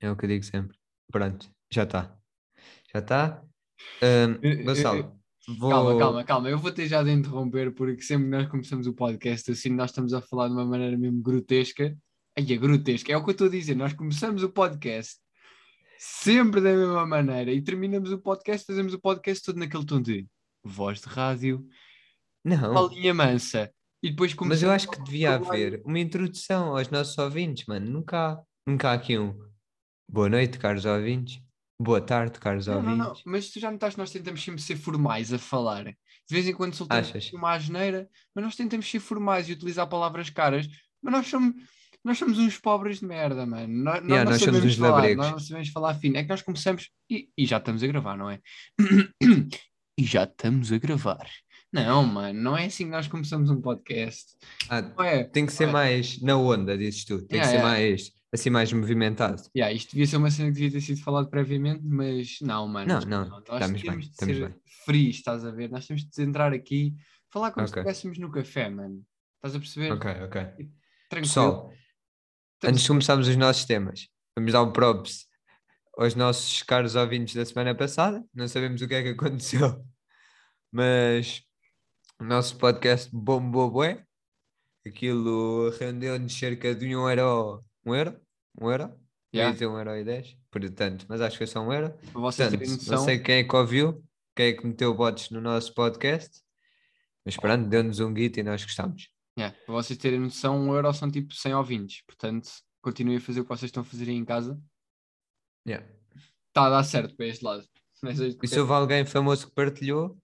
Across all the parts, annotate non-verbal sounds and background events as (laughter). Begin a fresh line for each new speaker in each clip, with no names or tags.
É que eu digo sempre. Pronto, já está. Já está.
Eu-
Um,
eu-
Gonçalo, vou...
Eh, Calma, calma, calma. Eu vou ter já de interromper porque sempre que nós começamos o podcast assim, nós estamos a falar de uma maneira mesmo grotesca. Ai, é grotesca, é o que eu estou a dizer. Nós começamos o podcast sempre da mesma maneira e terminamos o podcast, fazemos o podcast todo naquele tom de voz de rádio,
Não,
palhinha mansa. E depois começamos.
Hum. mas eu acho que devia
por lá.
haver uma introdução aos nossos ouvintes, mano. Nunca há, nunca há aqui um... Boa noite, caros ouvintes. Boa tarde, caros
Não, não,
ouvintes.
não, mas tu já notaste que nós tentamos sempre ser formais a falar. De vez em quando soltamos
Achas?
uma asneira, mas nós tentamos ser formais e utilizar palavras caras, mas nós somos, nós somos uns pobres de merda, mano. Nós, nós
Yeah,
não
nós somos
sabemos
uns
falar,
labregos.
nós não sabemos falar fino. É que nós começamos e, e já estamos a gravar, não é? (clears throat) e já estamos a gravar. Não, mano, não é assim que nós começamos um podcast.
Ah,
Não é?
tem que ser
Olha.
mais na onda, dizes tu. Tem
Yeah,
que ser
yeah.
mais, assim, mais movimentado.
Yeah, isto devia ser uma cena que devia ter sido falado previamente, mas não, mano.
Não,
isto
não,
Nós
estamos
temos
bem,
de
estamos
ser
bem.
frios, estás a ver? Nós temos de entrar aqui, falar como se
Ok.
estivéssemos no café, mano. Estás a perceber?
Ok, ok.
Tranquilo.
Pessoal, antes de começarmos os nossos temas, vamos dar um props aos nossos caros ouvintes da semana passada. Não sabemos o que é que aconteceu, (laughs) mas o nosso podcast bombou bué. Aquilo rendeu-nos cerca de um euro. Um euro? Um euro? Eu ia
Yeah.
dizer um euro e dez, portanto, mas acho que foi só um euro.
Para vocês
Portanto,
terem
não
noção,
sei quem é que ouviu, quem é que meteu bots no nosso podcast, mas pronto, deu-nos um guito e nós gostámos.
yeah, para vocês terem noção, um euro são tipo 100 ouvintes. Portanto, continuem a fazer o que vocês estão a fazer aí em casa.
Yeah.
Está a dar certo para este lado. (laughs) Mas,
E se houve alguém famoso que partilhou,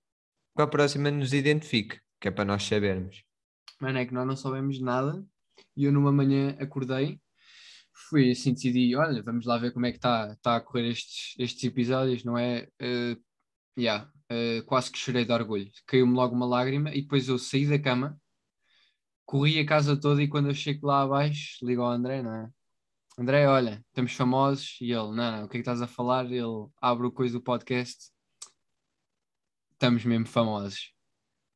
para a próxima nos identifique, que é para nós sabermos.
Mano, é que nós não soubemos nada. E eu numa manhã acordei, fui assim, decidi, olha, vamos lá ver como é que está tá a correr estes, estes episódios, não é? Eh, yeah, eh, quase que chorei de orgulho. Caiu-me logo uma lágrima e depois eu saí da cama, corri a casa toda e quando eu chego lá abaixo, ligo ao André, não é? André, olha, estamos famosos. E ele, não, não, o que é que estás a falar? Ele abre o coisa do podcast. Estamos mesmo famosos.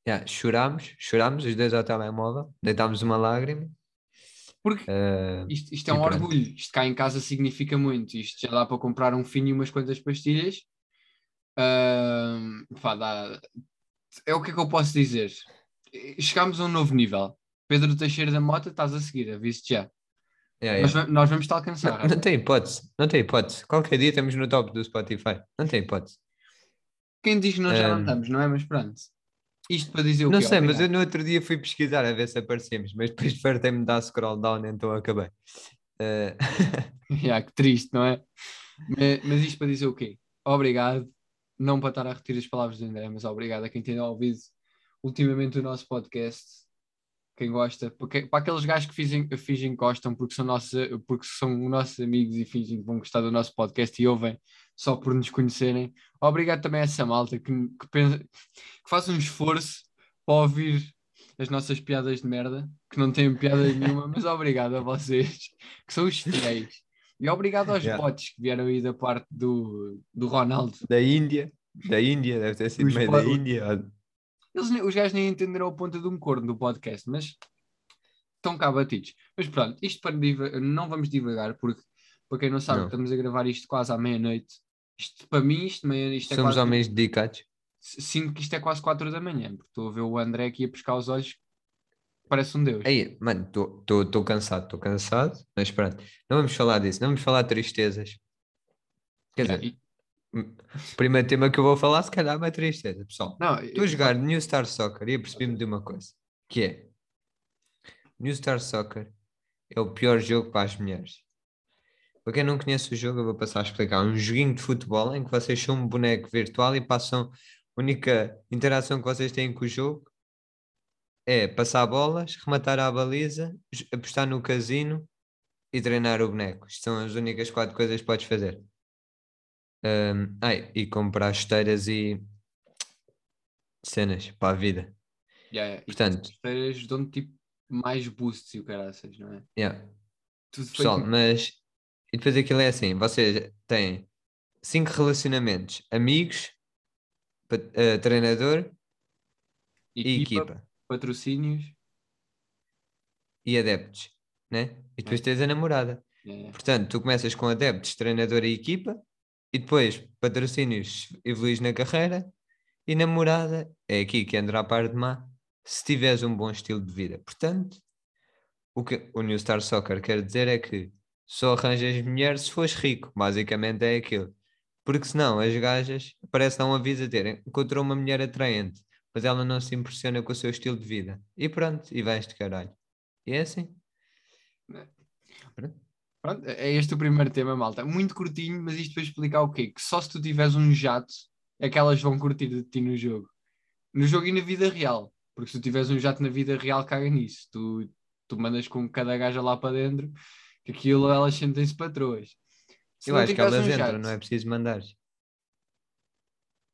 Yeah, chorámos, chorámos os dois ao telemóvel, deitámos uma lágrima.
Porque
ah,
Isto, isto é
E
um
pronto.
orgulho. Isto cá em casa significa muito. Isto já dá para comprar um fino e umas quantas pastilhas. Ahm, pá, dá- É o que é que eu posso dizer? Chegámos a um novo nível. Pedro Teixeira da Mota, estás a seguir, aviso-te já.
yeah,
Nós,
yeah.
va- nós vamos te alcançar.
é Não, não tem hipótese, não tem hipótese. Qualquer dia estamos no top do Spotify, não tem hipótese.
Quem diz que nós já não
Ahm.
estamos, não é? Mas pronto. Isto para dizer o
Não
quê?
sei, mas eu
Obrigado.
no outro dia fui pesquisar a ver se aparecemos, mas depois fartei-me de dar scroll down, então acabei. Ah,
(laughs) Ya, que triste, não é? Mas, mas isto para dizer o quê? Obrigado. Não para estar a repetir as palavras do André, mas obrigado a quem tem ouvido ultimamente o nosso podcast. Quem gosta, porque, para aqueles gajos que fingem, fingem que gostam porque são, nossa, porque são nossos amigos e fingem que vão gostar do nosso podcast e ouvem só por nos conhecerem. Obrigado também a essa malta que, que, pensa, que faz um esforço para ouvir as nossas piadas de merda, que não têm piada nenhuma, mas obrigado a vocês, que são os fiéis. E obrigado aos
Yeah.
bots que vieram aí da parte do, do Ronaldo.
(laughs) da Índia, da Índia, deve ter sido
Os
meio da
pod-
Índia. ou-
Eles, nem- os gajos nem entenderam a ponta de um corno do podcast, mas estão cá batidos. Mas pronto, isto para diva- não vamos divagar, porque para quem não sabe,
Não.
estamos a gravar isto quase à meia-noite. Isto para mim, isto, meia, isto é
Somos
quase,
homens dedicados.
sinto que isto é quase 4 da manhã, porque estou a ver o André aqui a pescar os olhos, parece um Deus.
Aí, mano, estou cansado, estou cansado, mas pronto, não vamos falar disso, não vamos falar de tristezas. Quer
Yeah,
dizer,
e-
o primeiro tema que eu vou falar, se calhar, é uma tristeza, pessoal.
não,
Estou a jogar New Star Soccer e apercebi-me de uma coisa, que é New Star Soccer é o pior jogo para as mulheres. Para quem não conhece o jogo, eu vou passar a explicar. É um joguinho de futebol em que vocês são um boneco virtual e passam. A única interação que vocês têm com o jogo é passar bolas, rematar à baliza, j- apostar no casino e treinar o boneco. Isto são as únicas quatro coisas que podes fazer. Ahm, ai, e comprar esteiras e cenas para a vida.
yeah, yeah. Isto-
Portanto,
feiras dão-te tipo mais boosts e o caraças, não é?
yeah.
Tudo feito
Pessoal, mas e depois aquilo é assim: vocês têm cinco relacionamentos: amigos, pa- eh, treinador e
equipa,
equipa
patrocínios.
e adeptos, né? E depois tens a namorada.
Yeah.
Portanto, tu começas com adeptos, treinador e equipa, e depois patrocínios, evoluís na carreira, e namorada, é aqui que andará a par de má, se tiveres um bom estilo de vida. Portanto, o que o New Star Soccer quer dizer é que só arranjas mulher se fores rico, basicamente é aquilo. Porque senão as gajas parece dar um aviso a terem, encontrou uma mulher atraente, mas ela não se impressiona com o seu estilo de vida. E pronto, e vais de caralho. E é assim.
Pronto, é este o primeiro tema, malta. Muito curtinho, mas isto para explicar o quê? Que só se tu tiveres um jato é que elas vão curtir de ti no jogo. No jogo e na vida real. Porque se tu tiveres um jato na vida real, caga nisso. Tu, tu mandas com cada gaja lá para dentro, que aquilo elas sentem-se patroas. Se
Eu
não
acho que
tiveres
elas
um
entram,
jato-
não é preciso mandar.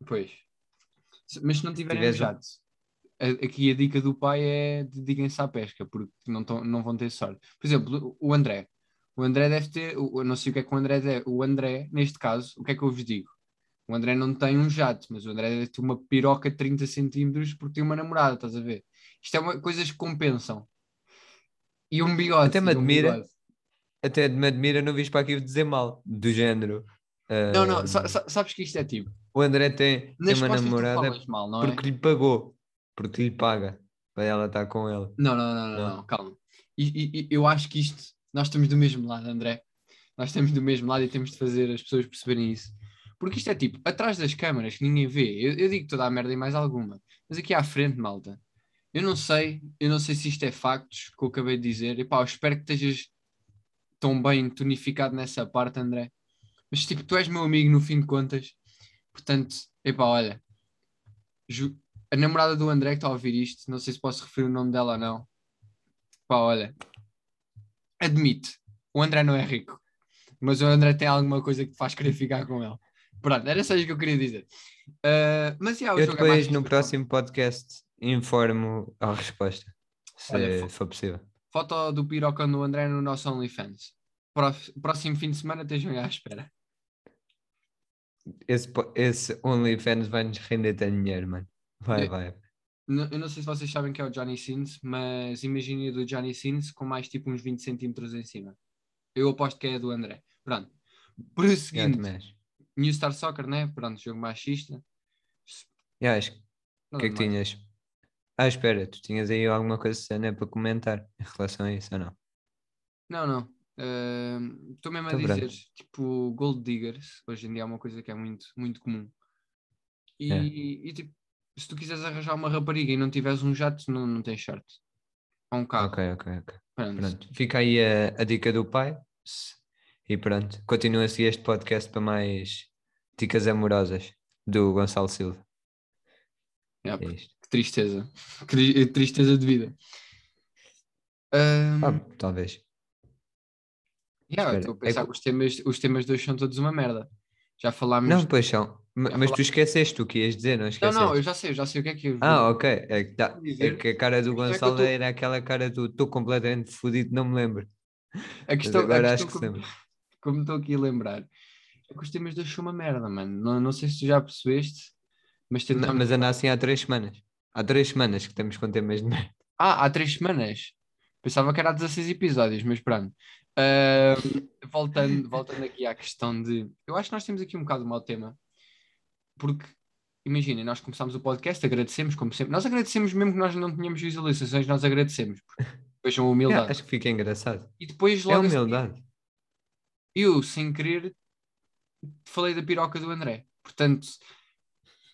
Pois. Se- Mas se não tiverem
tiveres um-
jato, a- aqui a dica do pai é dediquem-se à pesca, porque não, tão- não vão ter sorte. Por exemplo, o André. O André deve ter, o- eu não sei o que é que o André deve. O André, neste caso, o que é que eu vos digo? O André não tem um jato, mas o André deve ter uma piroca de 30 centímetros porque tem uma namorada, estás a ver? Isto é uma, coisas que compensam. E um bigode.
Até me
e um
admira.
bigode.
Até me admira não viste para aqui dizer mal, do género. ah,
Não, não, sa- sa- sabes que isto é tipo.
O André tem, tem
Nas
uma
costas tu
namorada
falas mal, não é?
porque lhe pagou, porque lhe paga para ela estar com ele.
Não, não, não, não,
Não.
não, calma. E, e- e- eu acho que isto, nós estamos do mesmo lado, André. Nós estamos do mesmo lado e temos de fazer as pessoas perceberem isso. Porque isto é tipo, atrás das câmaras que ninguém vê, eu, eu digo toda a merda e mais alguma, mas aqui à frente, malta, eu não sei, eu não sei se isto é factos que eu acabei de dizer. Epá, eu espero que estejas tão bem tonificado nessa parte, André. Mas tipo, tu és meu amigo no fim de contas, portanto, epá, olha, ju- a namorada do André que está a ouvir isto, não sei se posso referir o nome dela ou não. Pá, olha, admite, o André não é rico, mas o André tem alguma coisa que te faz querer ficar com ele. Pronto, era só isso que eu queria dizer. Ah, mas já, o
Eu
jogo é mais
depois, no
difícil.
próximo podcast, informo a resposta, se
Olha, fo-
for possível.
Foto do pirocão do André no nosso OnlyFans. Prof- Próximo fim de semana estejam à espera.
Esse, po- esse OnlyFans vai-nos render tanto dinheiro, mano. Vai,
É.
vai.
N- eu não sei se vocês sabem que é o Johnny Sins, mas imaginem a do Johnny Sins com mais tipo uns 20 centímetros em cima. Eu aposto que é a do André. Pronto.
Já
Prosseguindo,
te mexe.
New Star Soccer, né? Pronto, jogo machista.
Já, acho que- o
Nada
que é que
demais.
tinhas? Ah, espera, tu tinhas aí alguma coisa Susana, para comentar em relação a isso ou não?
Não, não. Ahm, Estou mesmo a
Então,
dizer,
pronto.
tipo, gold diggers, hoje em dia é uma coisa que é muito, muito comum. E,
É.
e, tipo, se tu quiseres arranjar uma rapariga e não tiveres um jato, não, não tens sorte. Ou um carro.
Ok, ok, ok.
Pronto.
Pronto, fica aí a, a dica do pai. Se- E pronto, continua a seguir este podcast para mais dicas amorosas do Gonçalo Silva.
Yeah,
É isto.
Que tristeza. Que tri- eh, tristeza de vida. Ahm,
Ah, talvez.
yeah,
espera,
eu estou a
é
pensar
que-
que os temas, os temas de hoje são todos uma merda. Já falámos.
Não, pois são. Ma-
Já
Mas
fala-
tu esqueceste o que ias dizer, não
não,
esqueceste?
não, eu já sei, eu já sei o que é que eu.
Ah, ok. É que, tá-
Vou
é
dizer-
que a cara do
questão é que eu
Gonçalo
tô-
era aquela cara do estou completamente fodido, não me lembro.
a
Mas
questão, a
agora acho
questão
que
como-
se lembra.
como estou aqui a lembrar, é que os temas dois são uma merda, mano. Não, não sei se tu já percebeste, mas
Não,
tentamos.
mas anda assim há três semanas. Há três semanas que estamos com temas de merda. (laughs)
Ah, há três semanas. Pensava que era há 16 episódios, mas pronto. Ahm,
(laughs)
voltando, voltando aqui à questão de. Eu acho que nós temos aqui um bocado de mau tema, porque. Imaginem, nós começámos o podcast, agradecemos, como sempre. Nós agradecemos mesmo que nós não tínhamos visualizações, nós agradecemos. porque Vejam a humildade.
(laughs) É, acho que fica engraçado.
E depois
É
logo a seguir,
humildade.
eu, sem querer, falei da piroca do André. Portanto,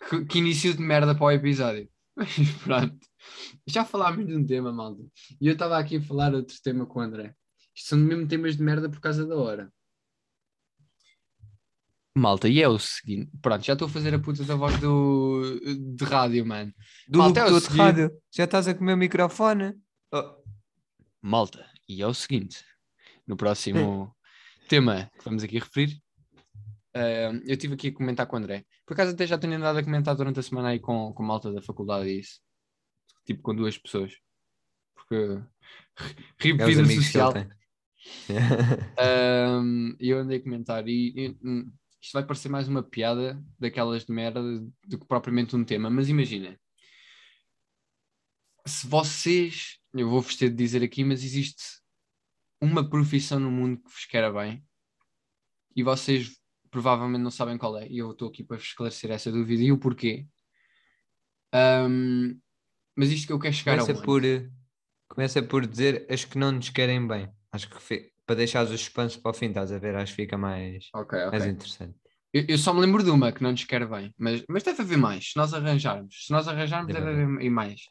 que, que início de merda para o episódio. (laughs) Mas pronto, já falámos de um tema, malta. E eu estava aqui a falar outro tema com o André. Isto são mesmo temas de merda por causa da hora. Malta, e é o seguinte. Pronto, já estou a fazer a puta da voz do, de rádio, mano.
do
Malta, é o
locutor de
seguinte.
rádio. Já estás a comer o microfone? Oh,
Malta, e é o seguinte: no próximo tema que vamos aqui referir, eh, eu estive aqui a comentar com o André. Por acaso, até já tenho andado a comentar durante a semana aí com, com malta da faculdade e isso, tipo com duas pessoas, porque ri
é
de
os
vida
amigos
social.
que
(laughs)
ele tem.
Ahm, e eu andei a comentar e, e, hum, isto vai parecer mais uma piada daquelas de merda do que propriamente um tema, mas imagina se vocês, eu vou-vos ter de dizer aqui, mas existe uma profissão no mundo que vos queira bem e vocês provavelmente não sabem qual é, e eu estou aqui para vos esclarecer essa dúvida e o porquê. Ahm, mas isto que eu quero chegar um
Começa
aonde?
por, eh, começa por dizer as que não nos querem bem. Acho que fi- para deixares o suspense para o fim, estás a ver? Acho que fica mais,
Ok, ok.
mais interessante.
Eu, eu só me lembro de uma que não nos quer bem, mas, mas deve haver mais, se nós arranjarmos. Se nós arranjarmos,
Deve
deve haver e mais.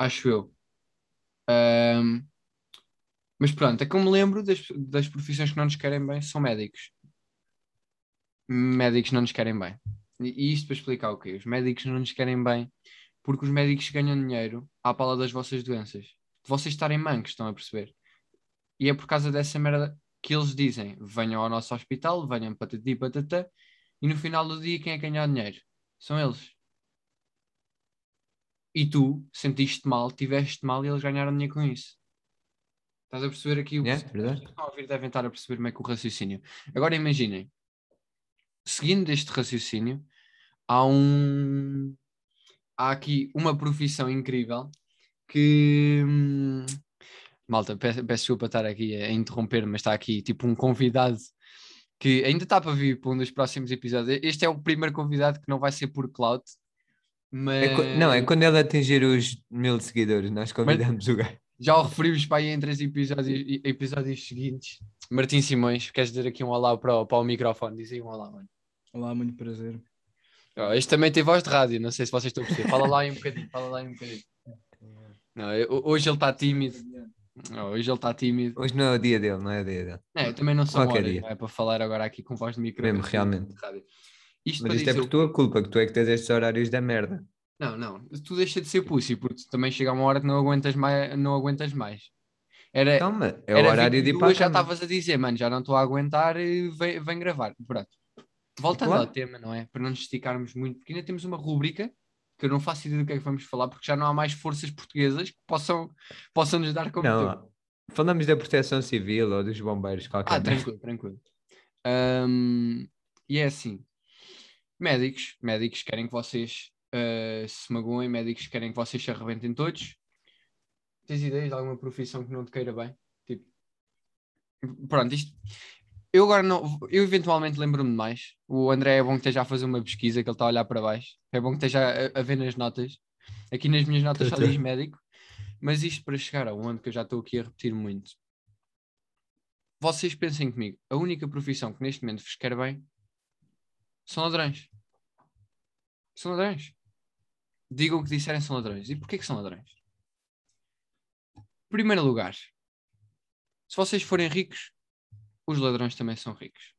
Acho eu. Ahm, mas pronto, é que eu me lembro das, das profissões que não nos querem bem são médicos. Médicos não nos querem bem. E, e isto para explicar o quê? Os médicos não nos querem bem porque os médicos ganham dinheiro à pala das vossas doenças. De vocês estarem mancos, estão a perceber? E é por causa dessa merda que eles dizem: venham ao nosso hospital, venham patati patatá, e no final do dia quem é que ganha o dinheiro? São eles. E tu sentiste mal, tiveste mal e eles ganharam dinheiro com isso. Estás a perceber aqui o
Yeah,
que
verdade.
as pessoas que estão a ouvir devem estar a perceber meio que o raciocínio. Agora imaginem, seguindo este raciocínio, há um há aqui uma profissão incrível que hum, malta, peço, peço desculpa estar aqui a interromper, mas está aqui tipo um convidado que ainda está para vir para um dos próximos episódios. Este é o primeiro convidado que não vai ser por cloud, mas
É co- não, é quando ele atingir os mil seguidores, nós convidamos o gajo.
já o referimos para aí em três episódios, e- episódios seguintes. Martim Simões, queres dizer aqui um olá para o, para o microfone? Diz aí um olá, mano.
Olá, muito prazer.
Ó, Este também tem voz de rádio, não sei se vocês estão a perceber. Fala lá aí um bocadinho, fala lá aí um bocadinho. Não, eu- hoje ele está tímido. Não, hoje ele está tímido.
Hoje não é o dia dele, não é o dia dele.
É, eu também não sou
Qualquer
horas,
dia.
não é para falar agora aqui com voz de micro.
Mesmo, realmente.
Rádio. Isto
Mas
para
isto é
dizer
por tua culpa, que tu é que tens estes horários da merda.
Não, não, tu deixa de ser pussy, porque também chega uma hora que não aguentas mais. Não aguentas mais. Era,
Calma, é o
era
horário de ir para a
22, já
cama.
estavas a dizer, mano, já não estou a aguentar, eh, vem, vem gravar. Pronto. Voltando
Claro.
ao tema, não é? Para não nos esticarmos muito, porque ainda temos uma rubrica que eu não faço ideia do que é que vamos falar, porque já não há mais forças portuguesas que possam, possam nos dar como
Não, falamos da proteção civil ou dos bombeiros, qualquer merda.
Ah, (laughs) tranquilo, tranquilo. Ahm, e é assim: médicos, médicos querem que vocês ah, se magoem, médicos querem que vocês se arrebentem todos. Tens ideias de alguma profissão que não te queira bem? Tipo, pronto, isto. Eu agora não. Eu eventualmente lembro-me de mais. O André é bom que esteja a fazer uma pesquisa, que ele está a olhar para baixo. É bom que esteja a, a ver nas notas. Aqui nas minhas notas só
Tá, tá.
diz médico. Mas isto para chegar a onde que eu já estou aqui a repetir muito vocês pensem comigo, a única profissão que neste momento vos quer bem são ladrões. São ladrões. Digam o que disserem são ladrões. E porquê que são ladrões? Primeiro lugar, se vocês forem ricos, os ladrões também são ricos.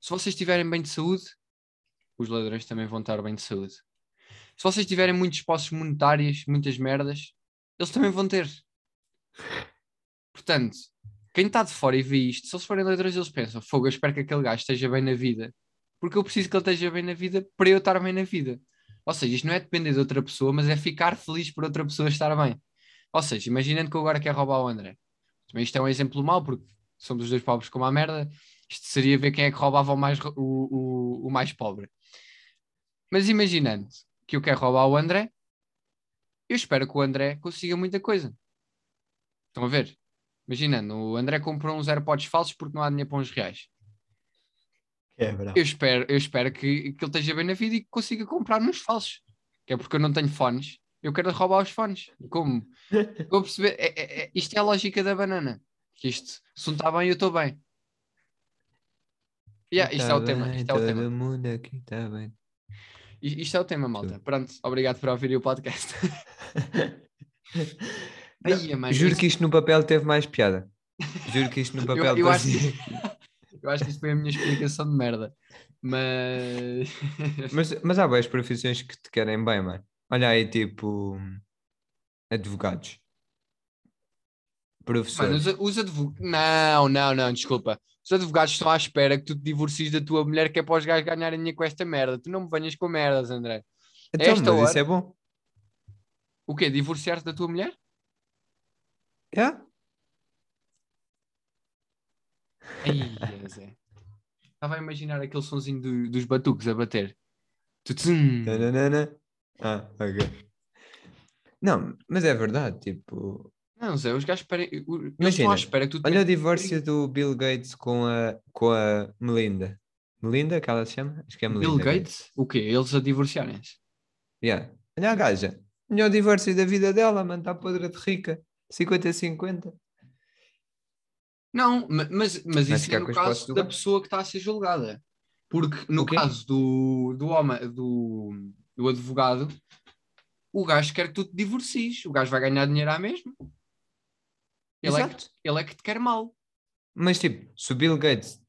Se vocês estiverem bem de saúde, os ladrões também vão estar bem de saúde. Se vocês tiverem muitos posses monetários, muitas merdas, eles também vão ter. Portanto, quem está de fora e vê isto, se eles forem ladrões, eles pensam: fogo, eu espero que aquele gajo esteja bem na vida, porque eu preciso que ele esteja bem na vida para eu estar bem na vida. Ou seja, isto não é depender de outra pessoa, mas é ficar feliz por outra pessoa estar bem. Ou seja, imaginando que eu agora quero roubar o André. Também isto é um exemplo mau, porque somos os dois pobres como a merda. Isto seria ver quem é que roubava o mais, ro- o, o- o mais pobre. Mas imaginando que eu quero roubar o André, eu espero que o André consiga muita coisa. Estão a ver? Imaginando, o André comprou uns AirPods falsos porque não há dinheiro para uns reais.
É verdade.
Eu espero, eu espero que, que ele esteja bem na vida e que consiga comprar uns falsos. Que é porque eu não tenho fones. Eu quero roubar os fones. Como? Vou perceber. é- é- é- isto é a lógica da banana. Que isto, se um está bem, eu estou bem. Yeah, isto é
Tá
o tema. Isto é o
todo
tema.
mundo aqui está bem.
I- Isto é o tema, malta. Pronto, obrigado por ouvir o podcast. (laughs) Ai, mano,
Juro
isto-
que isto no papel teve mais piada. Juro que isto no papel
(laughs) eu acho
parecia-
Eu acho é que isto foi a minha explicação de merda. Mas.
(laughs) Mas, mas há boas profissões que te querem bem, mano. Olha aí, tipo. Advogados.
Mano,
Professores.
os, os advogados. Não, não, não, desculpa. Os advogados estão à espera que tu te divorcies da tua mulher, que é para os gajos ganharem dinheiro com esta merda. Tu não me venhas com merdas, André.
Então,
esta
mas
hora-
isso é bom.
O quê? Divorciar-te da tua mulher?
Yeah?
Ai, Zé. Estava a imaginar aquele sonzinho do- dos batucos a bater. Tutum.
Tananana. Ah, ok. Não, mas é verdade, tipo.
Não, Zé, os gajos esperem. Eles estão
Imagina,
à espera que tu.
Olha o divórcio do Bill Gates com a, com a Melinda. Melinda, que ela se chama? Acho que é Melinda.
Bill Gates? O quê? Eles a divorciarem-se.
Yeah. Olha a gaja. Melhor divórcio da vida dela, mano. Está podre de rica. 50-50.
Não, ma- mas, mas
Vai
isso
ficar
é no
com os postos
caso
do
da
banco?
pessoa que está a ser julgada. Porque no
O quê?
caso do, do homem, do, do advogado, o gajo quer que tu te divorcies. O gajo vai ganhar dinheiro à mesma. Ele, é que,
Exato.
ele é que te quer mal.
Mas tipo, se o Bill Gates.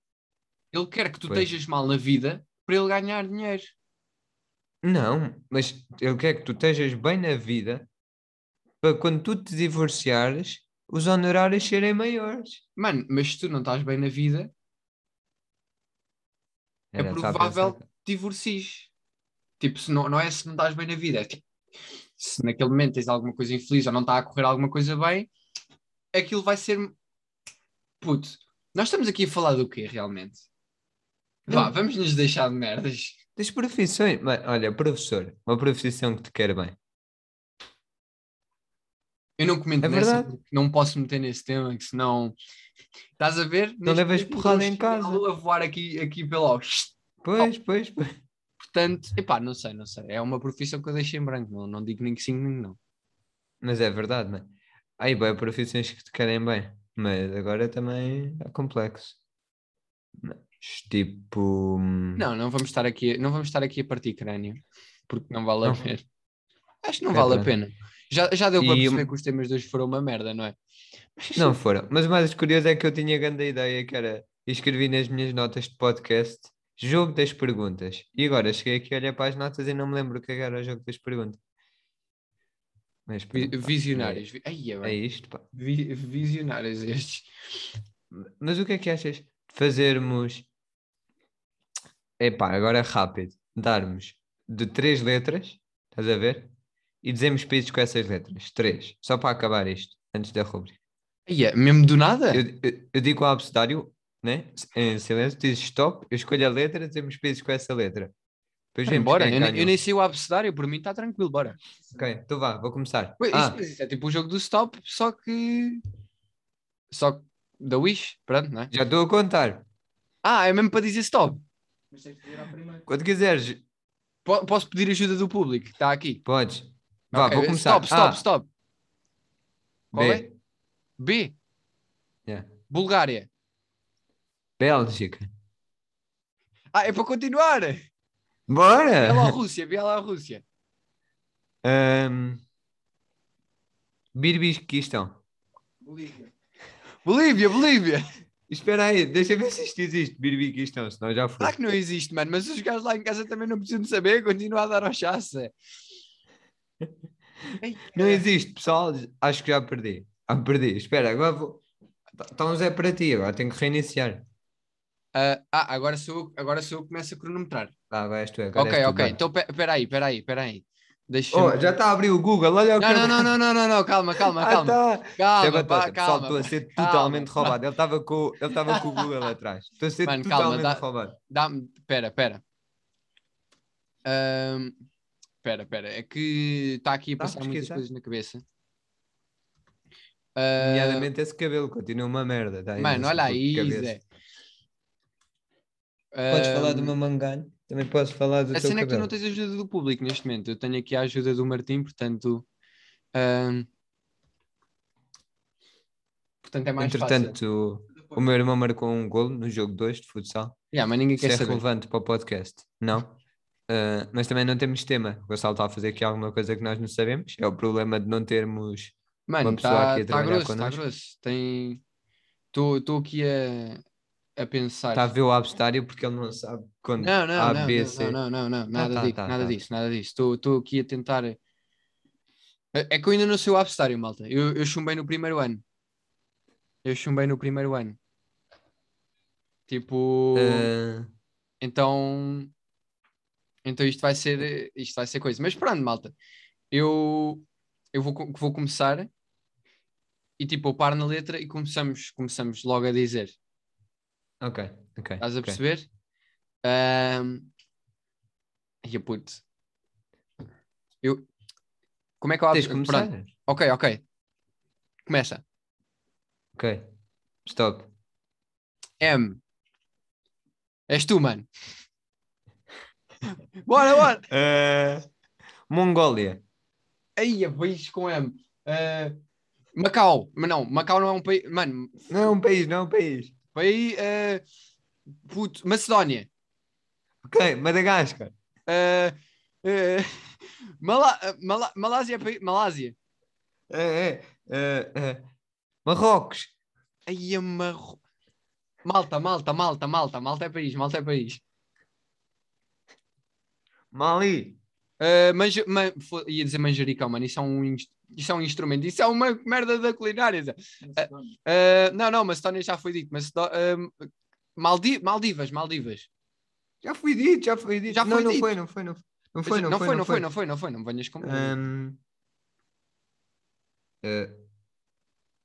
Ele quer que tu
Pois.
estejas mal na vida para ele ganhar dinheiro.
Não, mas ele quer que tu estejas bem na vida para quando tu te divorciares, os honorários serem maiores.
Mano, mas se tu não estás bem na vida, É
Era, tá a
provável
pensar.
divorcies. Tipo, se não, não é se não estás bem na vida, é tipo, se naquele momento tens alguma coisa infeliz ou não está a correr alguma coisa bem, aquilo vai ser. Puto, nós estamos aqui a falar do quê realmente? Vá,
Não.
vamos nos deixar de merdas.
Das profissões. Mano, olha, professor, uma profissão que te quer bem.
Eu não comento
É
nessa
verdade.
porque não posso meter nesse tema, que senão. Estás a ver?
Não
Neste
levas
momento
porrada em
estamos
casa.
A voar aqui, aqui pelo.
Pois, pois, pois.
Portanto, epá, não sei, não sei. É uma profissão que eu deixo em branco, não, não digo nem que sim, nem que não.
Mas é verdade, mano. Aí, bem, profissões que te querem bem. Mas agora também é complexo. Mas, Tipo. hum,
Não, não vamos estar aqui, não vamos estar aqui a partir crânio, porque não vale a
Não.
pena. Acho que não
É
vale a
verdade.
pena. Já, já deu para
E- hum,
perceber que os temas de hoje foram uma merda, não é?
Não foram. Mas o mais curioso é que eu tinha grande ideia, que era. Escrevi nas minhas notas de podcast jogo das perguntas. E agora cheguei aqui a olhar para as notas e não me lembro o que era o jogo das perguntas. Mas
Vi-
pronto, pá,
Visionários. Vi- Ai,
É,
é
é
bem.
isto, pá.
Vi- Visionários estes.
Mas o que é que achas de fazermos? Epá, agora é rápido. Darmos de três letras, estás a ver? E dizemos países com essas letras. Três. Só para acabar isto, antes da rubrica.
Ai, é, mesmo do nada?
Eu, eu, eu digo o abecedário, né? S- Em silêncio, dizes stop, eu escolho a letra, dizemos países com essa letra. Depois
Bora,
vemos
Bora,
quem
eu, nem-
ganhou.
eu nem sei o abecedário, por mim está tranquilo, bora.
Ok, então vá, vou começar.
Ué, isto-
ah,
mas isto é tipo o jogo do stop, só que. Só que da Wish, pronto, não é?
já estou a contar.
Ah, é mesmo para dizer stop.
Quando quiseres,
Po- Posso pedir ajuda do público, que está aqui.
podes. Vá,
Ok,
vou começar.
Stop, stop,
A,
stop. Qual
B.
é? B,
Yeah.
Bulgária.
Bélgica.
Ah, é para continuar!
Bora!
Bielorrússia, Bielorrússia.
Um... Birbiquistão.
Bolívia.
(laughs)
Bolívia, Bolívia!
Espera aí, deixa ver se isto existe, Birbiquistão, senão já foi.
Claro que não existe, mano, mas os gajos lá em casa também não precisam de saber, continua a dar ao chasse. Ei,
Não existe, pessoal, acho que já perdi. Ah, perdi, espera, agora vou... Tá- Tá um Zé para ti, agora tenho que reiniciar.
ah, ah, agora sou, eu- agora sou eu que começo a cronometrar.
Ah, agora és tu, agora
Ok,
és tu,
ok,
vai.
então pe- peraí, peraí, peraí. Deixa
Oh, já está a abrir o Google, olha o que
Não, não, não, não, não, não, não, calma,
(laughs)
calma,
Ah,
calma.
tá.
Calma,
Estava
pá,
toda. Pessoal,
calma.
estou a ser
calma,
totalmente roubado. Ele estava com, ele tava com o Google atrás. Estou a ser
Mano, calma,
totalmente
dá-
roubado.
Dá-me. Pera, pera. Ahm, pera, pera. É que está aqui a
Tá a
passar muitas
pesquisar?
coisas na cabeça. Ah,
Nomeadamente esse cabelo, continua uma merda. Tá
mano,
imenso
olha
pouco de
aí,
cabeça.
Zé.
Podes falar
Ahm,
do meu mangalho, também posso falar do
A
teu
cena é que tu
cabelo.
não tens ajuda do público neste momento. Eu tenho aqui a ajuda do Martim, portanto. ahm, portanto, é mais fácil.
Entretanto, o meu irmão marcou um gol no jogo 2 de futsal.
Yeah, mas ninguém
Isso é
quer saber.
relevante para o podcast, não? Ah, mas também não temos tema. O Gonçalo está a fazer aqui alguma coisa que nós não sabemos. É o problema de não termos.
Mano,
Uma pessoa aqui
está
a
tá
trabalhar
grosso, está
connosco.
grosso. Tem. Estou aqui a, a pensar.
Está Tá a ver o abcedário porque ele não sabe quando
Não, não,
A,
não,
B,
não,
C.
não, não, não, não, nada,
tá,
disso,
tá,
nada
tá.
disso, nada disso. Estou aqui a tentar. É é que eu ainda não sei o abcedário, malta. Eu, eu chumbei no primeiro ano. Eu chumbei no primeiro ano. Tipo,
Ah,
então. Então isto vai ser. Isto vai ser coisa. Mas pronto, malta. Eu, eu vou, co- vou começar. E tipo, eu paro na letra e começamos, começamos logo a dizer.
Ah, ok, ok.
Estás a
ok.
perceber? Ahm, E a puto. Eu... Como é que eu
Tens de
abro?
começar.
Pronto. Ok, ok. Começa.
Ok. Stop.
M. És
(laughs)
tu, mano. bora, bora.
Eh, Mongólia.
Aí, país com M. Ah, Macau. Mas não, Macau não é um país. Mano,
Não é um país, não é um país.
país. ah, puto, Macedónia.
Ok, Madagascar.
Ah, ah, (laughs) Mala- ah, Mala- Malásia é país. Malásia.
Eh, eh, eh, eh, Marrocos.
Aí, a Marro... Malta, Malta, Malta, Malta. Malta é país, Malta é país.
Mali.
Ah, manja- ma- fo- ia dizer manjericão, mano. Isso é um. ins- Isso é um instrumento, isso é uma merda da culinária. Zé. Ah, não, não, Macedónia já foi dito. Macedo... ah, Maldi- Maldivas, Maldivas.
Já foi dito, já foi dito.
Já
não,
foi
não
dito.
foi, não foi, não foi. Não foi, não,
não
foi,
não foi, não foi, não foi, não me venhas com.
Ahm, eh,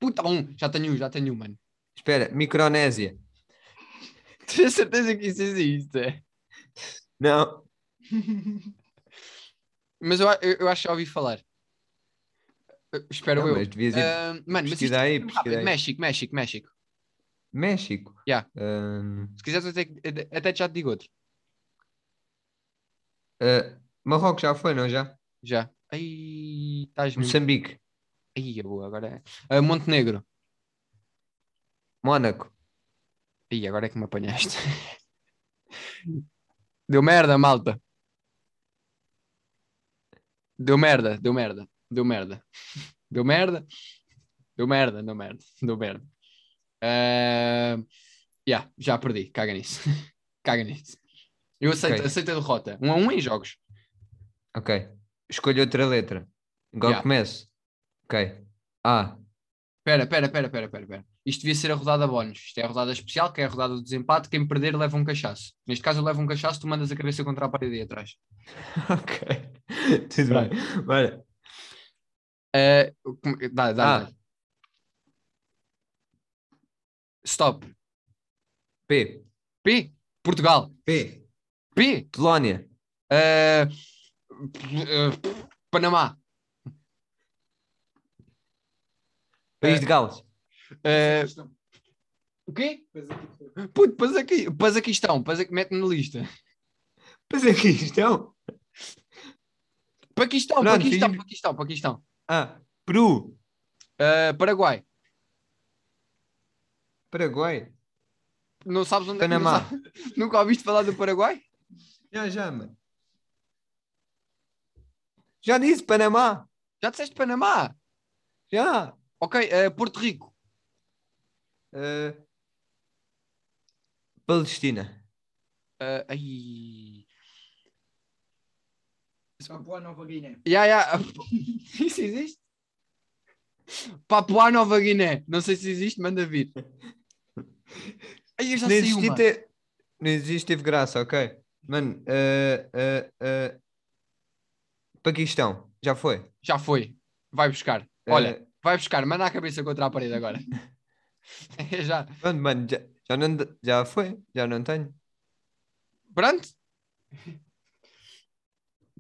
Puta, um, já tenho um, já tenho um, mano.
espera, Micronésia.
(laughs) Tenho certeza que isso existe. é.
Não.
Mas eu, a- eu, eu acho que já ouvi falar. Eu- espero
não
eu.
mas devias ir.
Ah, mano, mas isto
pesquisa aí,
é
pesquisa
rápido.
aí.
México, México, México.
México. Hum,
Ya.
Ahm,
Se quiseres, eu até, até já te digo outro.
eh, Marrocos já foi, não já?
Já. Aí, estás mesmo.
Moçambique.
Aí, é boa, agora é. Ah, Montenegro.
Mónaco.
Aí, agora é que me apanhaste. Deu merda, malta. Deu merda, deu merda, deu merda. Deu merda, deu merda, deu merda, deu merda. Ah, yeah, já perdi, caga nisso. (laughs) Caga nisso. Eu aceito,
Ok.
aceito a derrota. Um a um em jogos.
Ok. Escolho outra letra. Igual
Ya. começo.
começo. Ok. A. (laughs)
Pera, pera, pera, pera, pera, pera. Isto devia ser a rodada bónus. Isto é a rodada especial, que é a rodada do desempate. Quem perder leva um cachaço. Neste caso eu levo um cachaço, tu mandas a cabeça contra a parede aí atrás.
Ok. Tudo
Vai.
bem. Bora.
Eh, como- dá, dá,
Ah.
dá. Stop.
P.
P. Portugal.
P.
P.
Polónia.
eh, p- eh, Panamá.
País de Gales.
Eh, o quê? Puto, Pazaqui- Pazaquistão. Paza- Mete-me na lista.
Pois aqui estão.
Paquistão,
Pronto,
Paquistão,
fiz-
Paquistão, Paquistão.
A. Ah, Peru.
Eh, Paraguai.
Paraguai.
Não sabes onde é
Panamá.
que não sabes- Nunca ouviste falar do Paraguai?
Já, já, mano. Já disse Panamá.
Já disseste Panamá?
Já.
Ok, eh, Porto Rico.
Eh, Palestina.
Eh, ai.
Papua Nova Guiné.
Ya, ya. (laughs) Isso existe? Papua Nova Guiné. Não sei se existe, manda vir. Ai, eu já
Não
sei
existe,
uma.
te... não existe, teve graça, ok? Mano, eh, eh, eh, Paquistão. Já foi.
Já foi. Vai buscar.
É.
Olha,
Eh,
vai buscar. Manda a cabeça contra a parede agora. (laughs) É já.
mano, mano, já, já, não, já foi. Já não tenho.
Pronto?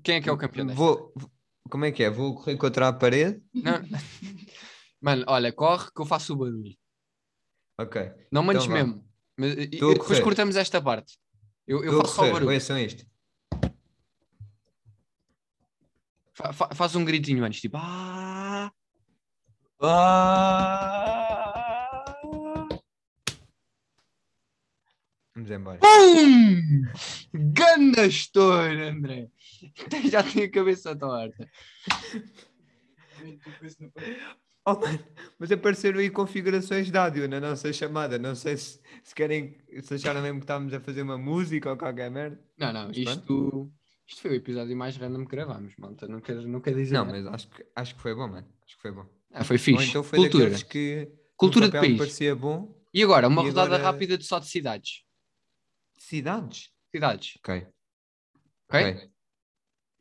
Quem é que é o campeão desta?
Vou, vou- como é que é? Vou correr contra a parede?
Não. Mano, olha, corre que eu faço o barulho.
Ok.
Não mandes
Então vá.
mesmo. Mas, e- e
Tô a
depois
correr.
cortamos esta parte. Eu, eu
Vou
faço só o
correr.
barulho.
Ouçam então é isto. assim.
Fa- fa- faz um gritinho antes, tipo. "Ah!"
Ah! Vamos embora.
Pum! Ganda estoura, André. (laughs) Já tenho a cabeça torta.
Oh, mano, mas apareceram aí configurações de áudio na nossa chamada. Não sei se, se querem, se acharam mesmo que estávamos a fazer uma música ou qualquer merda.
Não, não,
Mas
isto, isto foi o episódio mais random que gravámos, malta. Não quero, não quero dizer.
Não,
nada.
mas acho que, acho que foi bom, mano. Acho que foi bom.
Ah, foi
Ou
fixe.
então foi
Cultura.
daqueles que no
Cultura de
papel
país.
parecia bom.
E agora, uma
E
rodada
agora-
rápida de só de cidades.
Cidades.
Cidades,
Ok.
ok?
Ok.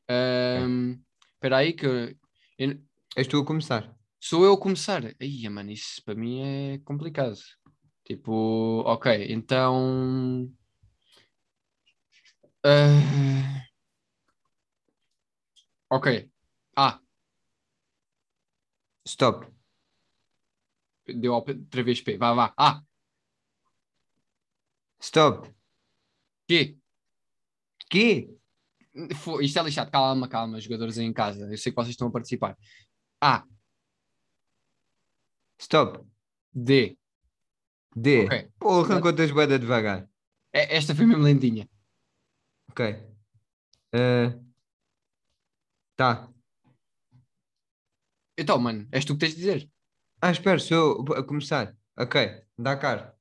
Ahm, Espera aí, que eu- eu-
És tu a começar.
sou eu a começar. Aí, mano, isso para mim é complicado. Tipo, ok, então. Ah, Ok. Ah,
Stop.
Deu ao- outra vez P. Vá, Ah, vá. A.
Stop.
Q.
Que?
Fo- Isto é lixado. Calma, calma, jogadores aí em casa. Eu sei que vocês estão a participar. A.
Stop.
D.
D.
Ok.
Porra,
Exato.
contas boeda devagar.
É- Esta foi mesmo lentinha.
Ok. Eh, tá.
Então, mano, és tu que tens de dizer.
Ah, espera, sou eu a começar. Ok. Dakar.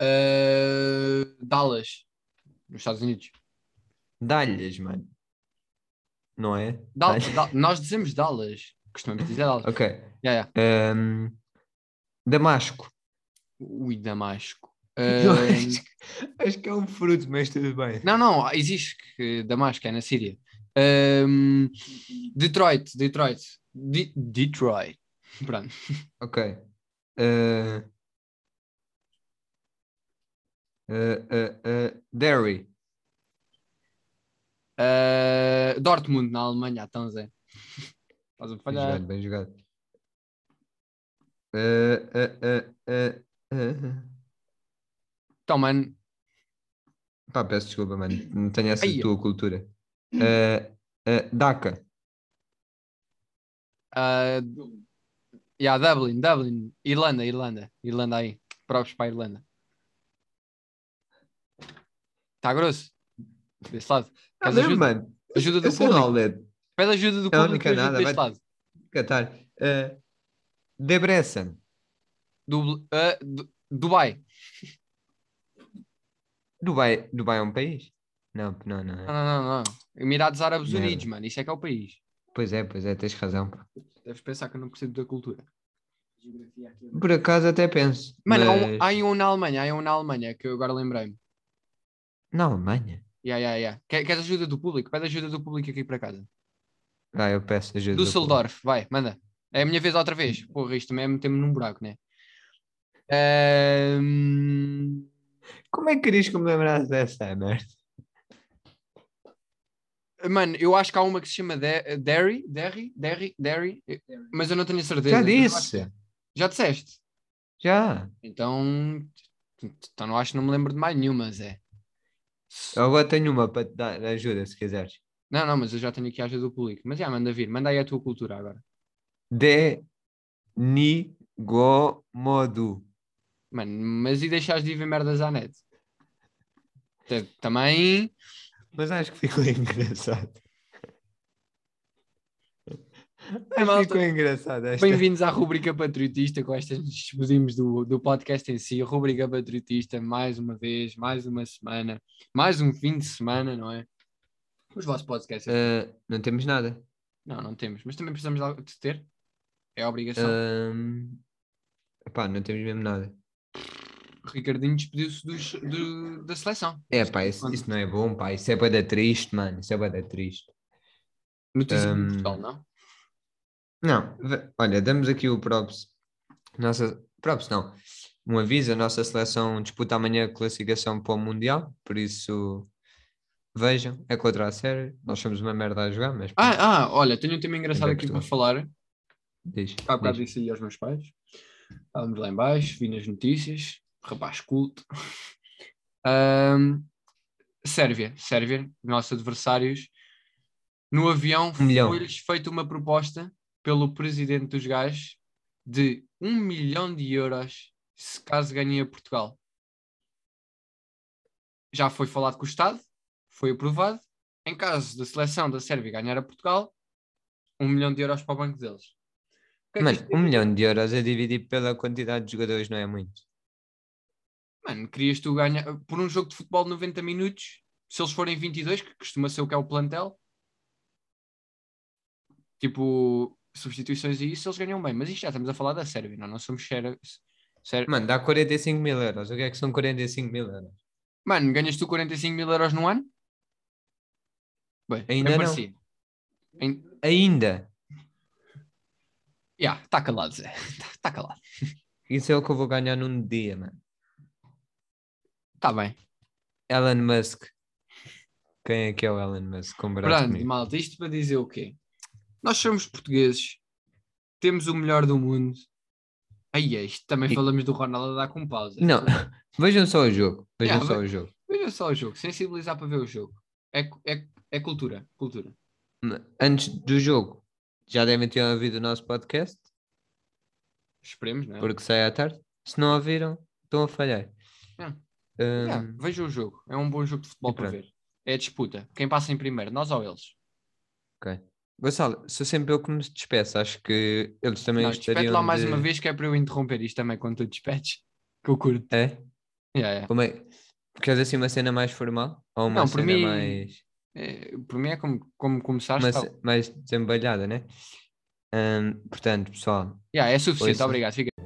Ah, Dallas, nos Estados Unidos.
Dá-lhes, mano. Não é?
Dal-
Dá-lhes.
Dal- nós dizemos Dallas. Costumamos dizer Dallas.
Ok.
Ya, ya.
Ehm, Damasco.
Ui,
(laughs)
Damasco.
Eu
Ah,
acho, que- acho que é um fruto, mas tudo bem.
Não, não, existe que Damasco, é na Síria. Ahm, Detroit, Detroit. De- Detroit. Pronto.
Ok. Eh, eh, eh, eh, Derry.
Ah, Dortmund, na Alemanha, então, Zé. Estás a
Bem
falhar.
jogado, bem jogado. Eh, eh, eh, eh, eh.
Então, mano,
Pá, peço desculpa, mano. Não tenho essa
Ai, hum.
tua cultura. Eh, eh, Dhaka.
ah, yeah, Dublin, Dublin. Irlanda, Irlanda. Irlanda aí. Próprios para a Irlanda. Está Tá grosso? Desse lado.
Ah,
Queres
mesmo,
ajuda?
mano.
Ajuda do
Eu sou
público.
Ronaldo.
Pede ajuda
Não,
do
não
público.
quero
eu ajudo
nada,
deste
vai-
lado.
Catar. Eh, Debrecen.
Dubl- ah, Du- Dubai.
Dubai, Dubai é um país? Não, não, é. não.
Não,
não.
não, não, não. Emirados Árabes
Merda.
Unidos, mano. Isso é que é o país.
Pois é, pois é, tens razão. pá.
Deves pensar que eu não percebo da cultura.
Por acaso até penso.
Mano, há
mas-
um- há um na Alemanha, há um na Alemanha, que eu agora lembrei-me.
Na Alemanha?
Yeah, yeah, yeah. Quer- Queres ajuda do público? Pede ajuda do público aqui para casa.
Ah, eu peço ajuda. do
Düsseldorf, vai, manda. É a minha vez outra vez. Porra, isto mesmo metemos num buraco, né? Ahm,
público. Como é que querias que eu me lembrasse dessa merda?
Mano, eu acho que há uma que se chama De- Derry, Derry, Derry, Derry, mas eu não tenho certeza.
Já
Eu acho
disse.
que- Já disseste?
Já.
Então, então não acho que não me lembro de mais nenhuma, Zé.
Eu agora tenho uma para te dar ajuda, se quiseres.
Não, não, mas eu já tenho aqui a ajuda do público. Mas já, manda vir, manda aí a tua cultura agora.
De ni go modu.
Mano, mas e deixares de ir ver merdas à net? Te- Também.
Mas acho que ficou (laughs) engraçado.
Ai,
Acho que
malta.
ficou engraçado esta.
Bem-vindos à rubrica patriotista, com estas nos despedimos do, do podcast em si. A rubrica patriotista, mais uma vez, mais uma semana, mais um fim de semana, não é? Os vossos podcasts.
Ah, não temos nada.
Não, não temos, mas também precisamos de algo- de ter. É a obrigação.
Eh, Ahm, epá, não temos mesmo nada.
Ricardinho despediu-se dos- do- da seleção.
É, pá, isso, isso não é bom, pá. Isso é bada triste, mano. Isso é bada triste.
Notícia de
Hum.
Portugal, não?
Não, ve- olha, damos aqui o props. Nossa, props não. Um aviso, a nossa seleção disputa amanhã a classificação para o Mundial, por isso vejam, é contra a série. Nós somos uma merda a jogar, mas pronto,
Ah, ah, olha, tenho um tema engraçado
Ainda
aqui para
Portugal.
falar.
diz,
Há bocado
diz.
disse aí aos meus pais. Estávamos lá em baixo, vi nas notícias. Rapaz culto. (laughs) Ahm, Sérvia, Sérvia, nossos adversários. No avião
Um milhão.
foi-lhes feita uma proposta pelo presidente dos gajos de um milhão de euros se caso ganhe a Portugal. Já foi falado com o Estado, foi aprovado. Em caso da seleção da Sérvia ganhar a Portugal, um milhão de euros para o banco deles. O que é que
Mano,
isto
um milhão de euros a dividir pela quantidade de jogadores não é muito.
Mano, querias tu ganhar por um jogo de futebol de 90 minutos? Se eles forem 22, que costuma ser o que é o plantel, tipo substituições e isso, eles ganham bem. Mas isto já estamos a falar da Sérvia, não, não somos sérios. Sério.
Mano, dá 45 mil euros. O que é que são 45 mil euros?
Mano, ganhas tu 45 mil euros no ano? Bem,
Ainda
é
não.
parecido. Ain-
Ainda,
Ya, tá calado, Zé. (laughs) Tá, tá calado.
isso é o que eu vou ganhar num dia, mano.
Tá bem.
Elon Musk. Quem é que é o Elon Musk? Comparado
Pronto,
comigo.
malta, isto para dizer o quê? Nós somos portugueses, temos o melhor do mundo, Aí, isto também
E-
falamos do Ronaldo a dar com pausa.
Não, (laughs) vejam só o jogo. Vejam
Yeah,
só
ve-
o jogo.
Veja só o jogo, sensibilizar para ver o jogo. É, cu- é, é cultura, cultura.
Antes do jogo, já devem ter ouvido o nosso podcast,
Esperemos, não é?
porque sai à tarde. Se não ouviram, estão a falhar.
Yeah.
Ahm,
Yeah, veja o jogo, é um bom jogo de futebol
e
para
pronto.
ver. É a disputa, quem passa em primeiro, nós ou eles?
Gonçalo, sou sempre eu que me despeço. Acho que eles também
Não, despede
gostariam
lá mais
de-
uma vez que é para eu interromper isto também quando tu despedes, (laughs) que eu curto.
É?
Yeah, yeah.
Como é? Queres assim uma cena mais formal? Ou uma
Não, por
cena
mim-
mais,
É, para mim é como, como começaste.
uma
tal.
ce- mais desembalhada, né? Ahm, portanto, pessoal,
Yeah, é suficiente,
Ouça.
obrigado. Fica